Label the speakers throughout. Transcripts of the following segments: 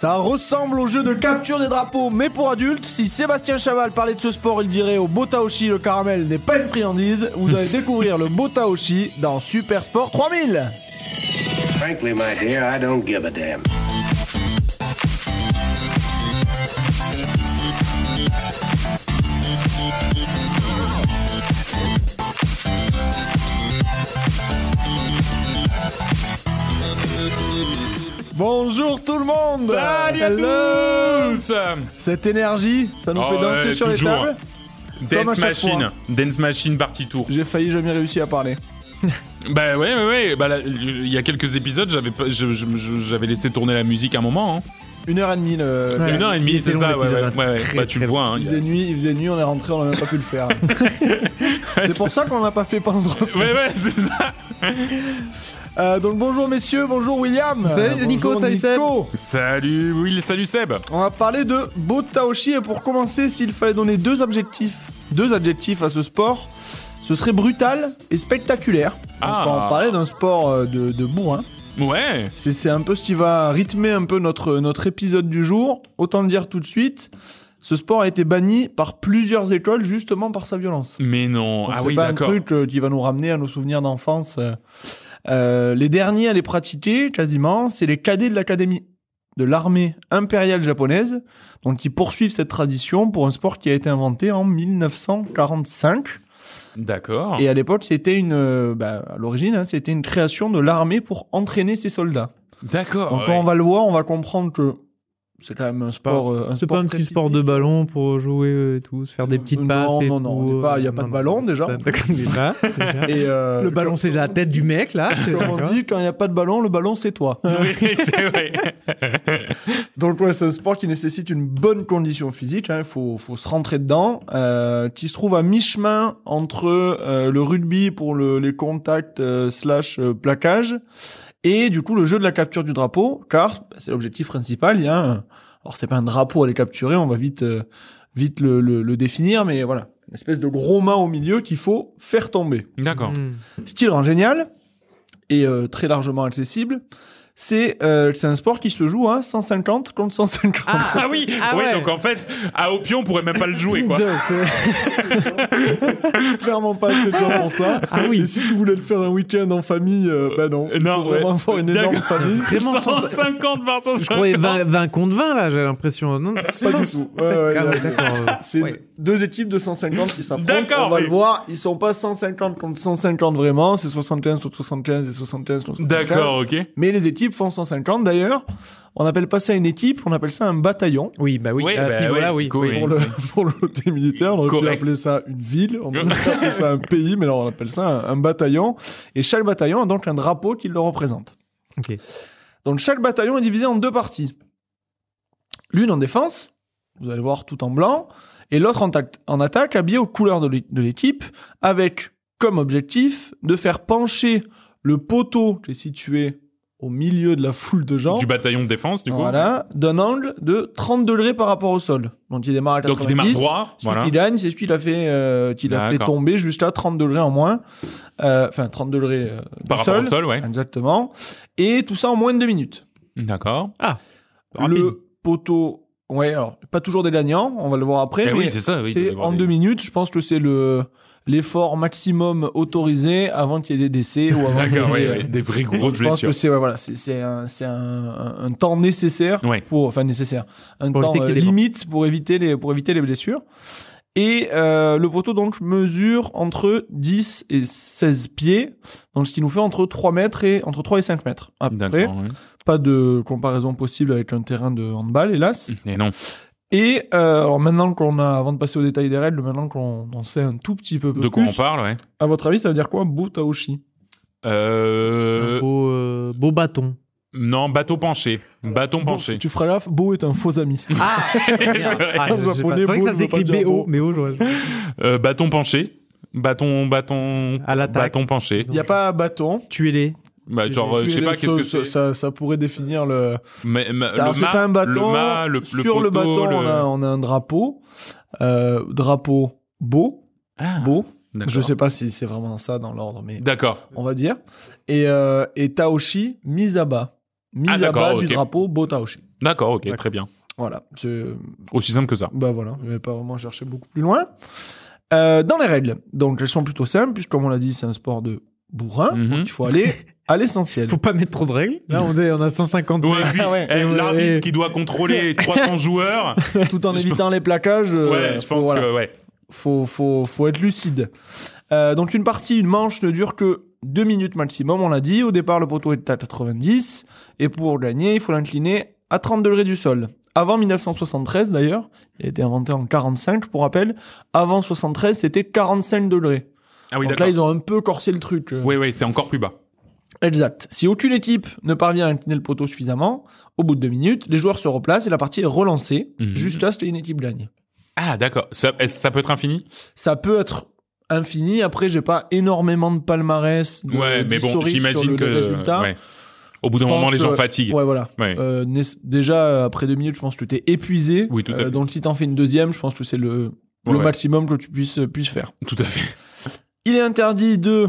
Speaker 1: Ça ressemble au jeu de capture des drapeaux, mais pour adultes. Si Sébastien Chaval parlait de ce sport, il dirait au Botaoshi le caramel n'est pas une friandise. Vous allez découvrir le Botaoshi dans Super Sport 3000.
Speaker 2: Frankly, my dear, I don't give a damn.
Speaker 1: Bonjour tout le monde
Speaker 3: Salut à
Speaker 1: Hello
Speaker 3: tous
Speaker 1: Cette énergie, ça nous
Speaker 3: Oh
Speaker 1: fait danser
Speaker 3: ouais,
Speaker 1: sur
Speaker 3: toujours.
Speaker 1: les tables. Comme à
Speaker 3: Dance
Speaker 1: chaque
Speaker 3: Machine,
Speaker 1: fois.
Speaker 3: Dance Machine partie tour.
Speaker 1: J'ai failli jamais réussi à parler.
Speaker 3: Bah ouais, ouais, ouais. Bah là, il y a quelques épisodes, j'avais pas- je- je- je- j'avais laissé tourner la musique un moment. Hein.
Speaker 1: Une heure et demie le.
Speaker 4: Ouais.
Speaker 3: Une heure et
Speaker 4: il
Speaker 3: demie,
Speaker 4: était
Speaker 3: c'est
Speaker 4: long,
Speaker 3: ça. Ouais,
Speaker 4: l'épisode,
Speaker 3: ouais, ouais,
Speaker 4: hein.
Speaker 3: ouais.
Speaker 4: Très,
Speaker 3: bah tu le
Speaker 4: très
Speaker 3: vois. Hein,
Speaker 1: Il
Speaker 3: il y a-
Speaker 1: faisait nuit, il faisait nuit, on est rentré, on n'a même pas pu le faire. c'est pour ça qu'on l'a pas fait pendant trois semaines.
Speaker 3: Ouais, ouais, c'est ça.
Speaker 1: Euh, donc bonjour messieurs, bonjour William.
Speaker 4: Salut, Nico,
Speaker 1: bonjour
Speaker 4: salut, Seb.
Speaker 1: Nico.
Speaker 3: Salut Will, salut Seb.
Speaker 1: On va parler de Botaoshi et pour commencer, s'il fallait donner deux objectifs, deux adjectifs à ce sport, ce serait brutal et spectaculaire. Donc,
Speaker 3: Ah.
Speaker 1: On va en parler d'un sport euh, de, de bourrin.
Speaker 3: Ouais.
Speaker 1: C'est c'est un peu ce qui va rythmer un peu notre, notre épisode du jour. Autant le dire tout de suite, ce sport a été banni par plusieurs écoles justement par sa violence.
Speaker 3: Mais non.
Speaker 1: Donc,
Speaker 3: ah
Speaker 1: c'est
Speaker 3: oui,
Speaker 1: pas un
Speaker 3: d'accord.
Speaker 1: truc euh, qui va nous ramener à nos souvenirs d'enfance. euh. Euh, les derniers à les pratiquer, quasiment, c'est les cadets de l'académie de l'armée impériale japonaise, donc qui poursuivent cette tradition pour un sport qui a été inventé en 1945.
Speaker 3: D'accord.
Speaker 1: Et à l'époque, c'était une, euh, bah, à l'origine, hein, c'était une création de l'armée pour entraîner ses soldats.
Speaker 3: D'accord.
Speaker 1: donc
Speaker 3: Ah ouais.
Speaker 1: quand on va le voir, on va comprendre que c'est quand même un sport. euh, un
Speaker 4: C'est pas un
Speaker 1: très
Speaker 4: petit sport de ballon pour jouer euh, et tout, se faire des petites
Speaker 1: Non,
Speaker 4: passes et euh,
Speaker 1: non, non, on est pas- y a pas de ballon, déjà.
Speaker 4: Le
Speaker 1: Et, euh,
Speaker 4: ballon, c'est la tête du mec, là. c'est- hein.
Speaker 1: Comme
Speaker 4: d'accord.
Speaker 1: on dit, quand il n'y a pas de ballon, le ballon c'est toi.
Speaker 3: Oui, c'est vrai.
Speaker 1: Donc ouais, c'est un sport qui nécessite une bonne condition physique, il faut, faut se rentrer dedans, euh, qui se trouve à mi-chemin entre euh, le rugby pour le- les contacts euh, slash euh, plaquage et du coup le jeu de la capture du drapeau, car bah, c'est l'objectif principal, il y a un... Alors c'est pas un drapeau à les capturer, on va vite, euh, vite le, le- le définir, mais voilà, une espèce de gros mât au milieu qu'il faut faire tomber.
Speaker 3: D'accord.
Speaker 4: Hmm.
Speaker 1: Style en génial et euh, très largement accessible. C'est euh, c'est un sport qui se joue à 150 contre 150.
Speaker 3: Ah oui.
Speaker 4: Ah
Speaker 3: ouais,
Speaker 4: ouais.
Speaker 3: Donc en fait, à Opion, on pourrait même pas le jouer, quoi.
Speaker 4: Donc, euh,
Speaker 1: clairement pas assez de gens pour ça.
Speaker 4: Ah oui.
Speaker 1: Et si tu voulais le faire un week-end en famille, euh, bah non. Il
Speaker 3: non,
Speaker 1: faut vraiment
Speaker 3: ouais.
Speaker 1: avoir une énorme
Speaker 3: D'accord.
Speaker 1: famille.
Speaker 4: Vraiment, sans-
Speaker 3: 150 par 150.
Speaker 4: je croyais 20, 20 contre 20, là, j'ai l'impression. Non,
Speaker 1: Pas du
Speaker 4: sans-
Speaker 1: tout. Ouais, ouais,
Speaker 4: Ah
Speaker 1: ouais.
Speaker 4: ouais, d'accord.
Speaker 1: C'est
Speaker 4: Ouais.
Speaker 1: deux équipes de 150 qui s'affrontent.
Speaker 3: D'accord,
Speaker 1: On va
Speaker 3: mais-
Speaker 1: le voir. Ils sont pas 150 contre 150 vraiment. C'est 75 contre 75 et 75 contre 75.
Speaker 3: D'accord, ok.
Speaker 1: Mais les équipes font 150 d'ailleurs. On n'appelle pas ça une équipe, on appelle ça un bataillon.
Speaker 4: Oui, bah oui,
Speaker 3: Ouais,
Speaker 4: à
Speaker 3: bah
Speaker 4: ce niveau-là,
Speaker 3: ouais,
Speaker 4: oui.
Speaker 3: du coup,
Speaker 4: oui.
Speaker 3: oui.
Speaker 1: Pour le, pour le côté militaire, on aurait pu
Speaker 3: Correct.
Speaker 1: appeler ça une ville, on aurait pu appeler ça un pays, mais là on appelle ça un, un bataillon. Et chaque bataillon a donc un drapeau qui le représente.
Speaker 4: Ok.
Speaker 1: Donc chaque bataillon est divisé en deux parties. L'une en défense, vous allez voir tout en blanc, et l'autre en, tact- en attaque, habillée aux couleurs de l'é- de l'équipe, avec comme objectif de faire pencher le poteau qui est situé au milieu de la foule de gens.
Speaker 3: Du bataillon de défense, du coup.
Speaker 1: Voilà, d'un angle de 30 degrés par rapport au sol. Donc il démarre à 90.
Speaker 3: Donc il démarre droit.
Speaker 1: Celui
Speaker 3: Voilà.
Speaker 1: qui gagne, c'est celui qui l'a fait, euh, qui l'a fait
Speaker 3: D'accord.
Speaker 1: tomber jusqu'à 30 degrés en moins. Euh, Enfin, 30 degrés euh, du
Speaker 3: Par rapport
Speaker 1: sol.
Speaker 3: au sol, ouais. Mm,
Speaker 1: Exactement. Et tout ça en moins de deux minutes.
Speaker 3: D'accord.
Speaker 4: Rapide.
Speaker 1: Ah, Le poteau. Ouais, alors, pas toujours des gagnants, on va le voir après.
Speaker 3: Eh
Speaker 1: mais
Speaker 3: oui, c'est ça. Oui, il doit y
Speaker 1: c'est
Speaker 3: avoir
Speaker 1: en
Speaker 3: des-
Speaker 1: deux minutes, je pense que c'est le l'effort maximum autorisé avant qu'il y ait des décès ou avant qu'il y
Speaker 3: D'accord,
Speaker 1: ait
Speaker 3: ouais,
Speaker 1: des-
Speaker 3: ouais. Des vraies grosses
Speaker 1: je pense que
Speaker 3: blessures.
Speaker 1: c'est ouais, voilà, c'est c'est un, c'est un- un- un temps nécessaire
Speaker 3: Ouais.
Speaker 1: pour enfin nécessaire, un
Speaker 4: Pour
Speaker 1: temps
Speaker 4: éviter qu'il
Speaker 1: euh,
Speaker 4: y ait des morts.
Speaker 1: limite pour éviter les pour éviter les blessures. Et euh, le poteau donc mesure entre 10 et 16 pieds, donc ce qui nous fait entre 3 mètres et entre 3 et 5 mètres. à peu près.
Speaker 3: D'accord. ouais.
Speaker 1: Pas de comparaison possible avec un terrain de handball, hélas.
Speaker 3: Et non.
Speaker 1: Et euh, alors maintenant qu'on a, avant de passer au détail des règles, maintenant qu'on en sait un tout petit peu
Speaker 3: De quoi
Speaker 1: plus,
Speaker 3: on parle, ouais.
Speaker 1: à votre avis, ça veut dire quoi, Boutaoshi
Speaker 3: Euh...
Speaker 4: Un Beau, euh, beau bâton.
Speaker 3: Non, bateau penché. Bâton penché.
Speaker 1: Tu feras gaffe, Beau est un faux ami.
Speaker 4: Ah, merde. Ah,
Speaker 1: En
Speaker 4: je sais pas.
Speaker 1: japonais,
Speaker 4: C'est vrai
Speaker 1: beau
Speaker 4: que ça
Speaker 1: ne veut pas
Speaker 4: s'écrit
Speaker 1: dire beau.
Speaker 4: BO, mais oh, j'aurais-
Speaker 3: Euh, bâton penché. Bâton, bâton.
Speaker 4: À l'attaque.
Speaker 3: Bâton penché.
Speaker 1: Il n'y a pas bâton,
Speaker 4: Tuez-les.
Speaker 3: Bah, genre, euh, je sais
Speaker 1: Tuer
Speaker 3: pas
Speaker 1: les
Speaker 3: qu'est-ce que
Speaker 1: sauces,
Speaker 3: c'est.
Speaker 1: ça, ça pourrait définir le.
Speaker 3: Mais- mais-
Speaker 1: Ça,
Speaker 3: le
Speaker 1: c'est
Speaker 3: mât,
Speaker 1: pas un bâton.
Speaker 3: Le mât, le,
Speaker 1: Sur
Speaker 3: poteau,
Speaker 1: le bâton,
Speaker 3: le-
Speaker 1: on, a, on a un drapeau. Euh, drapeau beau.
Speaker 3: Ah,
Speaker 1: Beau.
Speaker 3: d'accord.
Speaker 1: Je sais pas si c'est vraiment ça dans l'ordre, mais
Speaker 3: D'accord.
Speaker 1: on va dire. Et, euh, et Taoshi, mise à bas. mise
Speaker 3: Ah,
Speaker 1: à
Speaker 3: d'accord,
Speaker 1: bas
Speaker 3: ok.
Speaker 1: du drapeau Botaoshi.
Speaker 3: D'accord, ok,
Speaker 4: D'accord.
Speaker 3: très bien.
Speaker 1: Voilà, c'est
Speaker 3: Aussi simple que ça.
Speaker 1: bah voilà, je vais pas vraiment chercher beaucoup plus loin. Euh, dans les règles, donc elles sont plutôt simples, puisque comme on l'a dit, c'est un sport de bourrin.
Speaker 3: Mhm.
Speaker 1: Il faut aller à l'essentiel.
Speaker 4: Faut pas mettre trop de règles. Là, on, est, on a 150
Speaker 3: Ouais,
Speaker 1: Ah
Speaker 3: puis,
Speaker 4: ouais.
Speaker 3: eh,
Speaker 4: Et ouais,
Speaker 3: l'arbitre
Speaker 4: et-
Speaker 3: qui doit contrôler 300 joueurs.
Speaker 1: Tout en
Speaker 3: Je
Speaker 1: évitant les plaquages, euh,
Speaker 3: Ouais, je
Speaker 1: faut-
Speaker 3: pense
Speaker 1: voilà,
Speaker 3: que ouais.
Speaker 1: faut, faut, faut être lucide. Euh, donc une partie, une manche ne dure que deux minutes maximum, on l'a dit. Au départ, le poteau est à 90, et pour gagner, il faut l'incliner à 30 degrés du sol. Avant 1973 d'ailleurs, il a été inventé en 45 pour rappel. Avant 73, c'était 45 degrés.
Speaker 3: Ah oui,
Speaker 1: Donc là,
Speaker 3: d'accord.
Speaker 1: ils ont un peu corsé le truc. euh.
Speaker 3: Oui, oui, c'est encore plus bas.
Speaker 1: Exact. Si aucune équipe ne parvient à incliner le poteau suffisamment, au bout de deux minutes, les joueurs se replacent et la partie est relancée
Speaker 3: Mhm.
Speaker 1: jusqu'à ce qu'une équipe gagne.
Speaker 3: Ah, d'accord. Ça, est-ce- ça peut être infini
Speaker 1: Ça peut être infini. Après, j'ai pas énormément de palmarès, de,
Speaker 3: Ouais, mais bon,
Speaker 1: d'historique sur
Speaker 3: j'imagine
Speaker 1: le,
Speaker 3: que.
Speaker 1: le résultat.
Speaker 3: ouais. Au bout d'un
Speaker 1: Je
Speaker 3: moment,
Speaker 1: pense
Speaker 3: les gens
Speaker 1: que-
Speaker 3: fatiguent.
Speaker 1: Ouais, voilà.
Speaker 3: Ouais.
Speaker 1: Euh, nais- déjà, euh, après deux minutes, je pense que tu t'es épuisé. Euh,
Speaker 3: Oui, tout à fait.
Speaker 1: donc, si t'en fais une deuxième, je pense que c'est le,
Speaker 3: Ouais,
Speaker 1: le
Speaker 3: ouais.
Speaker 1: maximum que tu puisses, puisses faire.
Speaker 3: Tout à fait.
Speaker 1: Il est interdit de,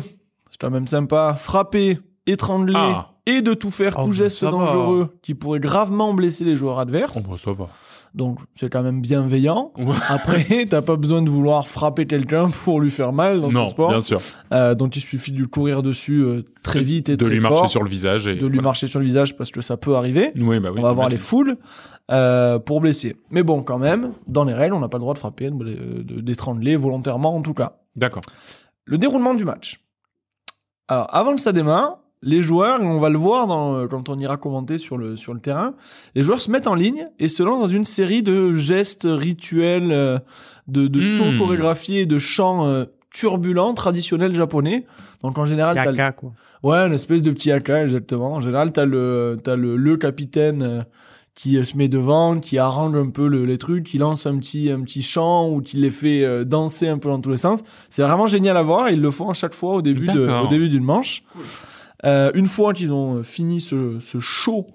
Speaker 1: c'est quand même sympa, frapper, étrangler
Speaker 3: Ah.
Speaker 1: et de tout faire
Speaker 4: Oh,
Speaker 1: tout
Speaker 4: mais
Speaker 1: geste
Speaker 4: ça va.
Speaker 1: dangereux qui pourrait gravement blesser les joueurs adverses.
Speaker 3: Oh, bah, ça va.
Speaker 1: Donc c'est quand même bienveillant.
Speaker 3: Ouais.
Speaker 1: Après, t'as pas besoin de vouloir frapper quelqu'un pour lui faire mal dans
Speaker 3: non,
Speaker 1: ce sport.
Speaker 3: bien sûr.
Speaker 1: Euh, donc il suffit de lui courir dessus euh, très vite et
Speaker 3: de
Speaker 1: très
Speaker 3: lui
Speaker 1: fort,
Speaker 3: marcher sur le visage et
Speaker 1: de lui marcher sur le visage parce que ça peut arriver.
Speaker 3: Oui, bah oui.
Speaker 1: on va avoir les
Speaker 3: j'imagine.
Speaker 1: foules euh, pour blesser. Mais bon, quand même, dans les règles, on n'a pas le droit de frapper, de- de- d'étrangler volontairement en tout cas
Speaker 3: D'accord.
Speaker 1: le déroulement du match. Alors, avant que ça démarre, les joueurs, et on va le voir dans, euh, quand on ira commenter sur le, sur le terrain, les joueurs se mettent en ligne et se lancent dans une série de gestes rituels, euh, de, de
Speaker 3: Hmm.
Speaker 1: sauts chorégraphiés et de chants euh, turbulents traditionnels japonais. Donc en général, t'as le-
Speaker 4: Tiaka, quoi.
Speaker 1: ouais, une espèce de petit haka, exactement. En général, t'as le, t'as le, le capitaine euh, qui euh, se met devant, qui arrange un peu le- les trucs, qui lance un petit, un petit chant ou qui les fait euh, danser un peu dans tous les sens. C'est vraiment génial à voir. Ils le font à chaque fois au début, de-
Speaker 3: D'accord.
Speaker 1: au début d'une manche. Euh, une fois qu'ils ont euh, fini ce, ce show,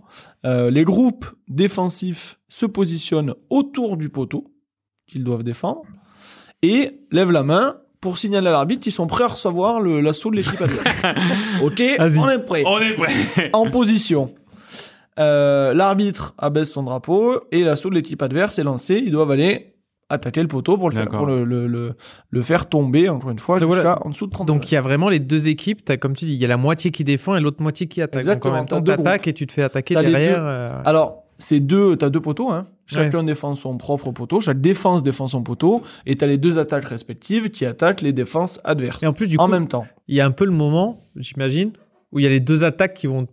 Speaker 1: euh, les groupes défensifs se positionnent autour du poteau qu'ils doivent défendre et lèvent la main pour signaler à l'arbitre qu'ils sont prêts à recevoir le- l'assaut de l'équipe adverse. ok,
Speaker 4: Vas-y.
Speaker 1: on est prêt
Speaker 3: On est prêt.
Speaker 1: en position. Euh, L'arbitre abaisse son drapeau et l'assaut de l'équipe adverse est lancé. Ils doivent aller attaquer le poteau pour le, faire,
Speaker 3: D'accord.
Speaker 1: pour le, le, le- le faire tomber, encore une fois,
Speaker 4: Donc
Speaker 1: jusqu'à
Speaker 4: voilà.
Speaker 1: en dessous de 30
Speaker 4: Donc il y a vraiment les deux équipes. T'as, comme tu dis, il y a la moitié qui défend et l'autre moitié qui attaque.
Speaker 1: Exactement,
Speaker 4: Donc en même temps,
Speaker 1: t'as deux
Speaker 4: t'attaques et tu te fais attaquer
Speaker 1: T'as les
Speaker 4: derrière.
Speaker 1: deux.
Speaker 4: euh,
Speaker 1: Alors, c'est deux, t'as deux poteaux, hein. Chacun défend son propre poteau, chaque défense défend son poteau, et t'as les deux attaques respectives qui attaquent les défenses adverses.
Speaker 4: Et en plus, du coup,
Speaker 1: même temps.
Speaker 4: il y a un peu le moment, j'imagine, où il y a les deux attaques qui vont,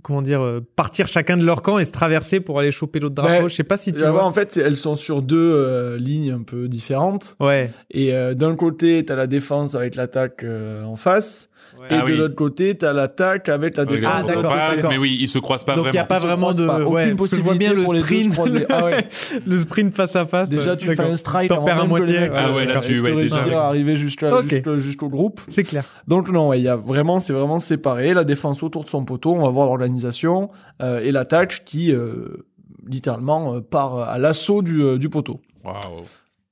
Speaker 4: comment dire, euh, partir chacun de leur camp et se traverser pour aller choper l'autre drapeau.
Speaker 1: Bah Ouais.
Speaker 4: Je sais pas si tu
Speaker 1: Alors,
Speaker 4: vois.
Speaker 1: en fait, elles sont sur deux euh, lignes un peu différentes.
Speaker 4: Ouais.
Speaker 1: Et euh, d'un côté, t'as la défense avec l'attaque euh, en face, et
Speaker 3: Ah
Speaker 1: de
Speaker 3: oui.
Speaker 1: l'autre côté, t'as l'attaque avec la
Speaker 3: Oui,
Speaker 1: défense.
Speaker 4: Ah,
Speaker 3: on
Speaker 1: en
Speaker 3: se
Speaker 4: d'accord,
Speaker 3: croise,
Speaker 4: d'accord.
Speaker 3: Mais oui, ils se croisent pas
Speaker 4: Donc il n'y a
Speaker 3: vraiment.
Speaker 4: pas
Speaker 1: Ils se
Speaker 4: vraiment
Speaker 1: croisent
Speaker 4: de.
Speaker 1: pas. Aucune
Speaker 4: ouais, parce que je vois
Speaker 1: possibilité
Speaker 4: bien le
Speaker 1: pour les deux se croiser.
Speaker 4: sprint.
Speaker 1: Ah ouais.
Speaker 4: le sprint face à face.
Speaker 1: Déjà,
Speaker 4: ouais,
Speaker 1: tu fais
Speaker 4: d'accord.
Speaker 1: un strike. avant
Speaker 4: T'en
Speaker 1: euh,
Speaker 4: perds à
Speaker 1: même que
Speaker 4: moitié,
Speaker 1: les-
Speaker 4: ouais,
Speaker 3: Ah ouais, là,
Speaker 1: d'accord.
Speaker 3: tu-
Speaker 1: Et
Speaker 3: ouais,
Speaker 1: de
Speaker 3: déjà,
Speaker 1: réussir
Speaker 4: ouais.
Speaker 1: à arriver jusqu'à-
Speaker 4: Ok.
Speaker 1: jusqu'au jusqu'au groupe.
Speaker 4: C'est clair.
Speaker 1: Donc non, ouais, il y a vraiment, c'est vraiment séparé. La défense autour de son poteau, on va voir l'organisation euh, et l'attaque qui euh, littéralement euh, part à l'assaut du, euh, du poteau.
Speaker 3: Waouh.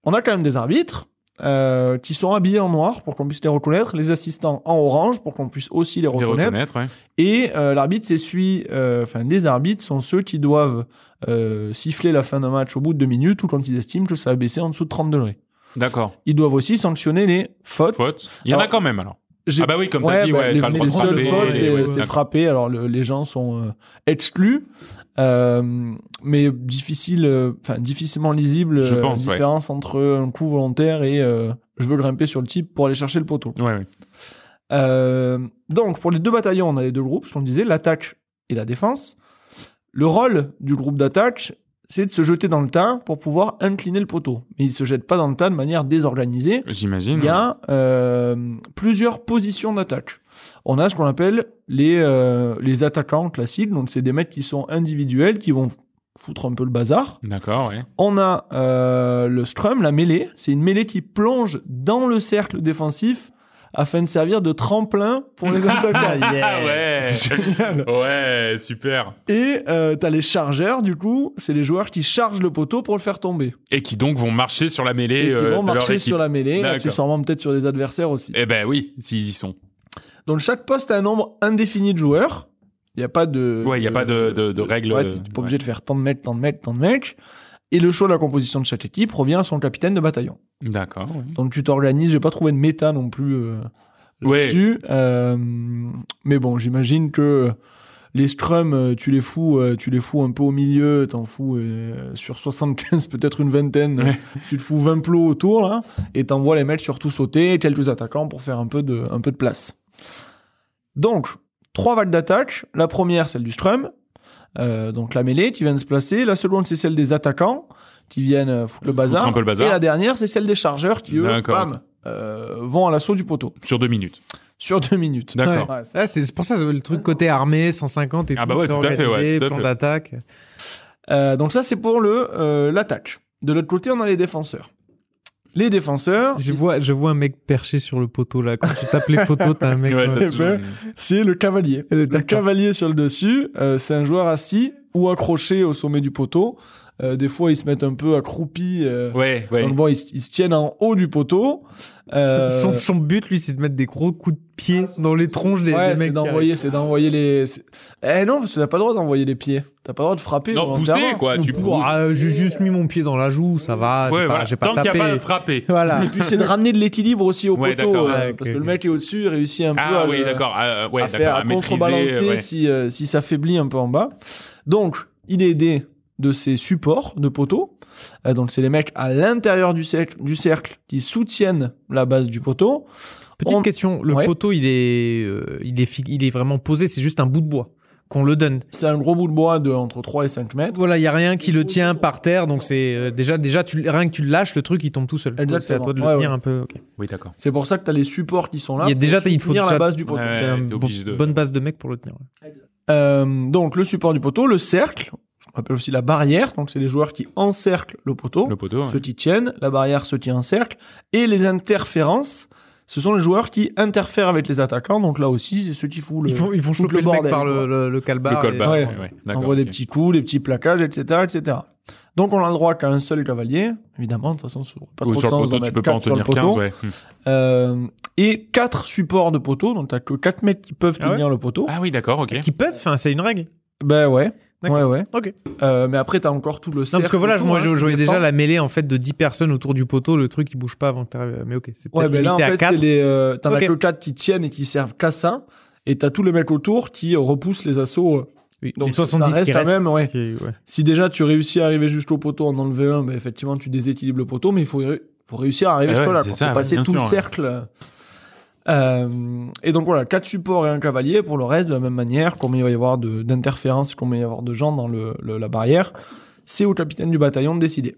Speaker 1: On a quand même des arbitres euh, qui sont habillés en noir pour qu'on puisse les reconnaître, les assistants en orange pour qu'on puisse aussi les
Speaker 3: Les
Speaker 1: reconnaître.
Speaker 3: reconnaître, ouais.
Speaker 1: Et euh, l'arbitre s'essuie, euh, enfin les arbitres sont ceux qui doivent euh, siffler la fin d'un match au bout de deux minutes ou quand ils estiment que ça a baissé en dessous de 30 degrés.
Speaker 3: D'accord.
Speaker 1: Ils doivent aussi sanctionner les fautes.
Speaker 3: Faute. Il y en a
Speaker 1: Alors,
Speaker 3: quand même alors.
Speaker 1: J'ai-
Speaker 3: Ah bah oui, comme t'as
Speaker 1: Ouais,
Speaker 3: dit,
Speaker 1: bah,
Speaker 3: ouais,
Speaker 1: les,
Speaker 3: pas le
Speaker 1: les
Speaker 3: droit de
Speaker 1: seules
Speaker 3: frapper,
Speaker 1: fautes, c'est,
Speaker 3: ouais,
Speaker 1: c'est
Speaker 3: d'accord.
Speaker 1: frapper. Alors le- les gens sont euh, exclus, euh, mais difficile, euh, enfin difficilement lisible.
Speaker 3: Je
Speaker 1: euh,
Speaker 3: pense, ouais.
Speaker 1: différence entre un coup volontaire et euh, je veux grimper sur le type pour aller chercher le poteau.
Speaker 3: Ouais, ouais.
Speaker 1: Euh, donc, pour les deux bataillons, on a les deux groupes, ce qu'on disait, l'attaque et la défense. Le rôle du groupe d'attaque, c'est de se jeter dans le tas pour pouvoir incliner le poteau. Mais ils se jettent pas dans le tas de manière désorganisée.
Speaker 3: J'imagine.
Speaker 1: Il y a euh, plusieurs positions d'attaque. On a ce qu'on appelle les, euh, les attaquants classiques. Donc, c'est des mecs qui sont individuels, qui vont foutre un peu le bazar.
Speaker 3: D'accord, ouais.
Speaker 1: On a euh, le scrum, la mêlée. C'est une mêlée qui plonge dans le cercle défensif afin de servir de tremplin pour les attaquants.
Speaker 3: Ah ouais.
Speaker 1: Génial.
Speaker 3: Ouais, super.
Speaker 1: Et euh, t'as les chargeurs, du coup, c'est les joueurs qui chargent le poteau pour le faire tomber.
Speaker 3: Et qui donc vont marcher sur la mêlée
Speaker 1: Et, qui
Speaker 3: euh,
Speaker 1: vont
Speaker 3: de leur
Speaker 1: marcher
Speaker 3: équipe.
Speaker 1: sur la mêlée,
Speaker 3: D'accord.
Speaker 1: accessoirement peut-être sur des adversaires aussi.
Speaker 3: Eh ben oui, s'ils y sont.
Speaker 1: Donc chaque poste a un nombre indéfini de joueurs. Il n'y a pas de.
Speaker 3: Ouais, il y a pas de- de- de règles, euh,
Speaker 1: Ouais, t'es pas
Speaker 3: ouais.
Speaker 1: obligé de faire tant de mecs, tant de mecs, tant de mecs. Et le choix de la composition de chaque équipe revient à son capitaine de bataillon.
Speaker 3: D'accord. oui.
Speaker 1: Mm-hmm. Donc tu t'organises. J'ai pas trouvé de méta non plus euh,
Speaker 3: Ouais.
Speaker 1: là-dessus. Euh, mais bon, j'imagine que les strums, euh, tu les fous, euh, tu les fous un peu au milieu, t'en fous euh, sur 75, peut-être une vingtaine.
Speaker 3: Ouais.
Speaker 1: Tu te fous 20 plots autour là, et t'envoies les mecs surtout sauter, quelques attaquants pour faire un peu de, un peu de place. Donc trois vagues d'attaque. La première, celle du strum. euh, donc la mêlée qui vient de se placer. La seconde, c'est celle des attaquants qui viennent euh, foutre le
Speaker 3: Foutre
Speaker 1: bazar.
Speaker 3: un peu le bazar.
Speaker 1: Et la dernière, c'est celle des chargeurs qui, eux,
Speaker 3: D'accord.
Speaker 1: bam, euh, vont à l'assaut du poteau
Speaker 3: Sur deux minutes.
Speaker 1: sur deux minutes.
Speaker 3: D'accord.
Speaker 1: Ouais, ouais,
Speaker 4: Ah, c'est pour ça le truc côté armée, 150 et
Speaker 3: Ah
Speaker 4: tout.
Speaker 3: bah ouais,
Speaker 4: très
Speaker 3: tout à fait, ouais,
Speaker 4: organisé,
Speaker 3: tout à
Speaker 4: plan
Speaker 3: fait.
Speaker 4: d'attaque.
Speaker 1: Euh, donc ça, c'est pour le euh, l'attaque. De l'autre côté, on a les défenseurs. Les défenseurs,
Speaker 4: Je vois, je vois un mec perché sur le poteau là. Quand tu tapes les photos, t'as un mec. euh,
Speaker 3: Ouais,
Speaker 4: ouais.
Speaker 3: t'as toujours
Speaker 1: ben,
Speaker 3: une-
Speaker 1: c'est le cavalier.
Speaker 4: Euh,
Speaker 1: Le
Speaker 4: d'accord.
Speaker 1: cavalier sur le dessus, euh, c'est un joueur assis ou accroché au sommet du poteau. Euh, des fois, ils se mettent un peu accroupis. euh,
Speaker 3: Ouais, ouais.
Speaker 1: Donc bon, ils, se- ils se tiennent en haut du poteau. Euh,
Speaker 4: Son, son but, lui, c'est de mettre des gros coups de pied dans les tronches des,
Speaker 1: ouais,
Speaker 4: des
Speaker 1: c'est
Speaker 4: mecs. qui
Speaker 1: d'envoyer, c'est d'envoyer les. c'est- Eh non, parce que t'as pas le droit d'envoyer les pieds. T'as pas le droit de frapper.
Speaker 3: Non,
Speaker 1: volontairement.
Speaker 3: pousser, quoi, tu
Speaker 4: arrivent. Bon,
Speaker 3: pousses.
Speaker 4: ah, j'ai juste mis mon pied dans la joue, ça va. j'ai
Speaker 3: Ouais,
Speaker 4: pas,
Speaker 3: voilà.
Speaker 4: Ah, j'ai pas
Speaker 3: Tant qu'il
Speaker 4: tapé.
Speaker 3: n'y a pas de frappé.
Speaker 4: Voilà.
Speaker 1: Et puis c'est de ramener de l'équilibre aussi au
Speaker 3: Ah. Ouais,
Speaker 1: poteau,
Speaker 3: d'accord.
Speaker 1: euh,
Speaker 4: Ouais, ok,
Speaker 1: parce que
Speaker 4: ok.
Speaker 1: le mec est au-dessus, il réussit un peu
Speaker 3: Ah
Speaker 1: euh, à,
Speaker 3: oui,
Speaker 1: le-
Speaker 3: d'accord. Ah, ouais,
Speaker 1: à faire
Speaker 3: d'accord.
Speaker 1: à,
Speaker 3: À maîtriser.
Speaker 1: contrebalancer
Speaker 3: ouais.
Speaker 1: si, euh, si ça faiblit un peu en bas. Donc, il est aidé de ses supports de poteau. Euh, donc, c'est les mecs à l'intérieur du cercle, du cercle qui soutiennent la base du poteau.
Speaker 4: Petite
Speaker 1: On-
Speaker 4: question, le
Speaker 1: Ouais.
Speaker 4: poteau, il est, euh, il, est fi- il est vraiment posé, c'est juste un bout de bois qu'on le donne.
Speaker 1: C'est un gros bout de bois de entre 3 et 5 mètres.
Speaker 4: Voilà, il y a rien qui le tient par terre, donc c'est euh, déjà, déjà tu, rien que tu le lâches, le truc il tombe tout seul.
Speaker 1: Exactement.
Speaker 4: C'est à toi de le
Speaker 1: Ouais,
Speaker 4: tenir
Speaker 1: ouais.
Speaker 4: un peu. ok.
Speaker 3: Oui, d'accord.
Speaker 1: C'est pour ça que tu as les supports qui sont là.
Speaker 4: Il y a
Speaker 1: pour
Speaker 4: déjà- il faut
Speaker 1: soutenir la
Speaker 4: déjà-
Speaker 1: base du poteau.
Speaker 3: Ouais,
Speaker 4: Il y a
Speaker 3: t'es
Speaker 4: une bo-
Speaker 3: obligé de-
Speaker 4: Bonne base de mec pour le tenir. ouais.
Speaker 1: Euh, donc, le support du poteau, le cercle, ce qu'on appelle aussi la barrière. Donc, c'est les joueurs qui encerclent le poteau.
Speaker 3: Le poteau. ouais.
Speaker 1: ceux qui tiennent, la barrière ceux qui encerclent, et les interférences, ce sont les joueurs qui interfèrent avec les attaquants, donc là aussi c'est ceux qui foutent le...
Speaker 4: Ils vont, ils vont
Speaker 1: foutent
Speaker 4: choper le,
Speaker 1: le
Speaker 4: mec
Speaker 1: bordel,
Speaker 4: par le,
Speaker 1: quoi.
Speaker 4: le, le
Speaker 3: Le
Speaker 4: calbar. et-
Speaker 3: colbar.
Speaker 1: ouais.
Speaker 3: ouais, ouais.
Speaker 1: On
Speaker 3: D'accord.
Speaker 1: voit des
Speaker 3: ok.
Speaker 1: petits coups, des petits plaquages, etc., etc. Donc on a le droit qu'à un seul cavalier, évidemment, de toute façon, ça aurait pas
Speaker 3: Ou
Speaker 1: trop de
Speaker 3: sur le
Speaker 1: sens d'en
Speaker 3: poteau, tu
Speaker 1: mettre
Speaker 3: peux pas en
Speaker 1: quatre sur le
Speaker 3: tenir
Speaker 1: poteau.
Speaker 3: 15, ouais. Hmm.
Speaker 1: Euh, et quatre supports de poteau, donc t'as que quatre mecs qui peuvent
Speaker 4: Ah ouais
Speaker 1: tenir le poteau.
Speaker 3: Ah oui, d'accord, ok.
Speaker 4: Qui peuvent, enfin, c'est une règle.
Speaker 1: Ben ouais.
Speaker 4: D'accord.
Speaker 1: Ouais, ouais.
Speaker 4: Ok.
Speaker 1: Euh, mais après, t'as encore tout le
Speaker 4: Non, parce que voilà, moi je jouais déjà
Speaker 1: la
Speaker 4: la mêlée en fait de 10 personnes autour du poteau, le truc il bouge pas avant que t'arrives. Mais ok, c'est
Speaker 1: Ouais,
Speaker 4: peut-être
Speaker 1: mais là, en
Speaker 4: limité à
Speaker 1: fait, c'est
Speaker 4: 4.
Speaker 1: les, euh, t'en
Speaker 4: Ok.
Speaker 1: as que 4 qui tiennent et qui servent qu'à ça. Et t'as tous les mecs autour qui euh, repoussent les assauts. euh. Donc,
Speaker 4: les 70
Speaker 1: ça reste
Speaker 4: qui
Speaker 1: quand
Speaker 4: restent.
Speaker 1: même, hein. ouais.
Speaker 4: Ok, ouais.
Speaker 1: Si déjà tu réussis à arriver jusqu'au poteau en enlever un, ben, effectivement, tu déséquilibres le poteau, mais il faut, y ré- faut réussir à arriver
Speaker 3: Eh ouais,
Speaker 1: jusque-là.
Speaker 3: c'est
Speaker 1: quoi.
Speaker 3: ça,
Speaker 1: Faut passer
Speaker 3: bien
Speaker 1: tout le
Speaker 3: sûr, ouais.
Speaker 1: cercle. Euh, et donc voilà, 4 supports et un cavalier. Pour le reste, de la même manière, combien il va y avoir de- d'interférences, combien il va y avoir de gens dans le- le- la barrière, c'est au capitaine du bataillon de décider.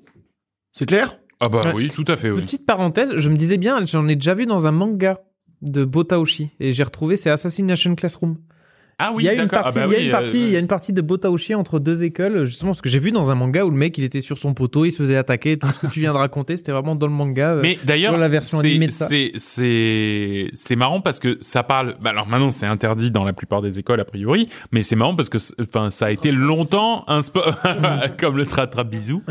Speaker 1: C'est clair
Speaker 3: Ah bah
Speaker 4: Ouais.
Speaker 3: oui, tout à fait, oui.
Speaker 4: Petite parenthèse, je me disais bien, j'en ai déjà vu dans un manga de Botaoshi et j'ai retrouvé c'est Assassination Classroom.
Speaker 3: Ah oui,
Speaker 4: il y a une
Speaker 3: d'accord. Ah
Speaker 4: partie,
Speaker 3: bah
Speaker 4: il y a
Speaker 3: oui,
Speaker 4: une
Speaker 3: euh,
Speaker 4: partie, il y a une partie de Botaoshi entre deux écoles justement parce que j'ai vu dans un manga où le mec il était sur son poteau, il se faisait attaquer, tout ce que tu viens de raconter, c'était vraiment dans le manga. euh,
Speaker 3: Mais d'ailleurs,
Speaker 4: sur la version
Speaker 3: c'est-
Speaker 4: animée de ça.
Speaker 3: c'est- c'est c'est marrant parce que ça parle. bah alors maintenant, c'est interdit dans la plupart des écoles a priori, mais c'est marrant parce que c'est- enfin ça a été longtemps un sport comme le tra bisou,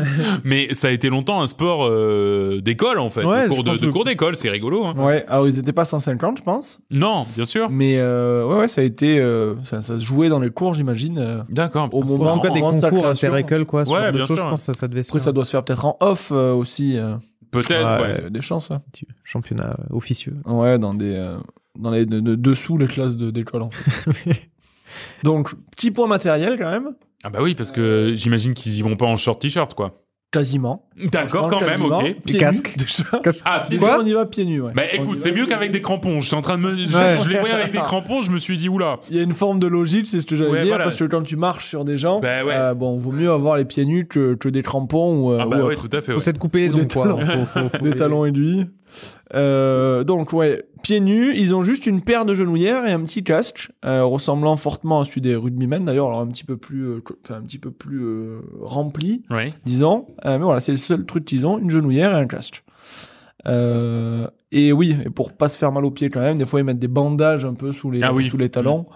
Speaker 3: mais ça a été longtemps un sport euh, d'école en fait,
Speaker 4: Ouais,
Speaker 3: de
Speaker 4: je
Speaker 3: cours de,
Speaker 4: pense
Speaker 3: de
Speaker 4: que-
Speaker 3: cours d'école, c'est rigolo. hein.
Speaker 1: Ouais, alors ils étaient pas 150, je pense.
Speaker 3: Non, bien sûr.
Speaker 1: Mais euh, ouais, ouais, ça a été, euh, ça, ça se jouait dans les cours, j'imagine. euh.
Speaker 3: D'accord.
Speaker 1: Au
Speaker 3: putain, c'est
Speaker 1: moment-
Speaker 4: en
Speaker 3: marrant.
Speaker 4: tout cas des
Speaker 1: moment de sa
Speaker 4: concours
Speaker 1: création.
Speaker 4: inter-écoles quoi, ce
Speaker 3: Ouais,
Speaker 4: genre de
Speaker 3: bien
Speaker 4: choses,
Speaker 3: sûr. hein.
Speaker 4: je pense que ça, ça devait se
Speaker 1: Après, ça
Speaker 4: faire.
Speaker 1: doit se faire peut-être en off euh, aussi. euh.
Speaker 3: peut-être.
Speaker 4: Ouais.
Speaker 3: Ouais.
Speaker 1: Euh, des chances. hein.
Speaker 4: Petit championnat euh, officieux.
Speaker 1: Ouais, dans des, euh, dans les de- de- dessous les classes de- d'école. En fait. Donc, petit point matériel quand même,
Speaker 3: Ah bah oui, parce que j'imagine qu'ils y vont pas en short t-shirt quoi.
Speaker 1: quasiment. Hein,
Speaker 3: D'accord, quand même,
Speaker 1: Quasiment.
Speaker 3: ok.
Speaker 1: Pieds nus,
Speaker 4: Casque.
Speaker 1: déjà.
Speaker 3: Ah, pieds
Speaker 1: Déjà, on y va pieds nus. Ouais.
Speaker 3: Bah
Speaker 1: On y
Speaker 3: écoute,
Speaker 1: va.
Speaker 3: c'est mieux qu'avec des crampons. Je suis en train de me, je,
Speaker 1: Ouais.
Speaker 3: je les voyais avec des crampons, je me suis dit oula.
Speaker 1: Il y a une forme de logique, c'est ce que j'allais
Speaker 3: Ouais,
Speaker 1: dire,
Speaker 3: voilà.
Speaker 1: parce que quand tu marches sur des gens,
Speaker 3: Bah ouais.
Speaker 1: euh, bon, vaut mieux avoir les pieds nus que, que des crampons ou, euh,
Speaker 3: Ah
Speaker 1: ou
Speaker 3: bah
Speaker 1: autre.
Speaker 3: ouais, tout à fait.
Speaker 4: Faut
Speaker 3: ouais.
Speaker 4: s'être coupé les
Speaker 1: Ou des
Speaker 4: ongles quoi. hein.
Speaker 1: talons.
Speaker 4: Faut- faut- faut-
Speaker 1: des talons aiguilles. Euh, donc ouais, pieds nus, ils ont juste une paire de genouillères et un petit casque euh, ressemblant fortement à celui des rugbymen d'ailleurs, alors un petit peu plus, euh, co- enfin un petit peu plus euh, rempli,
Speaker 3: Ouais.
Speaker 1: disons. Euh, mais voilà, c'est le seul truc qu'ils ont, une genouillère et un casque. Euh, et oui, et pour pas se faire mal aux pieds quand même, des fois ils mettent des bandages un peu sous les
Speaker 3: Ah oui. Mm.
Speaker 1: sous les talons.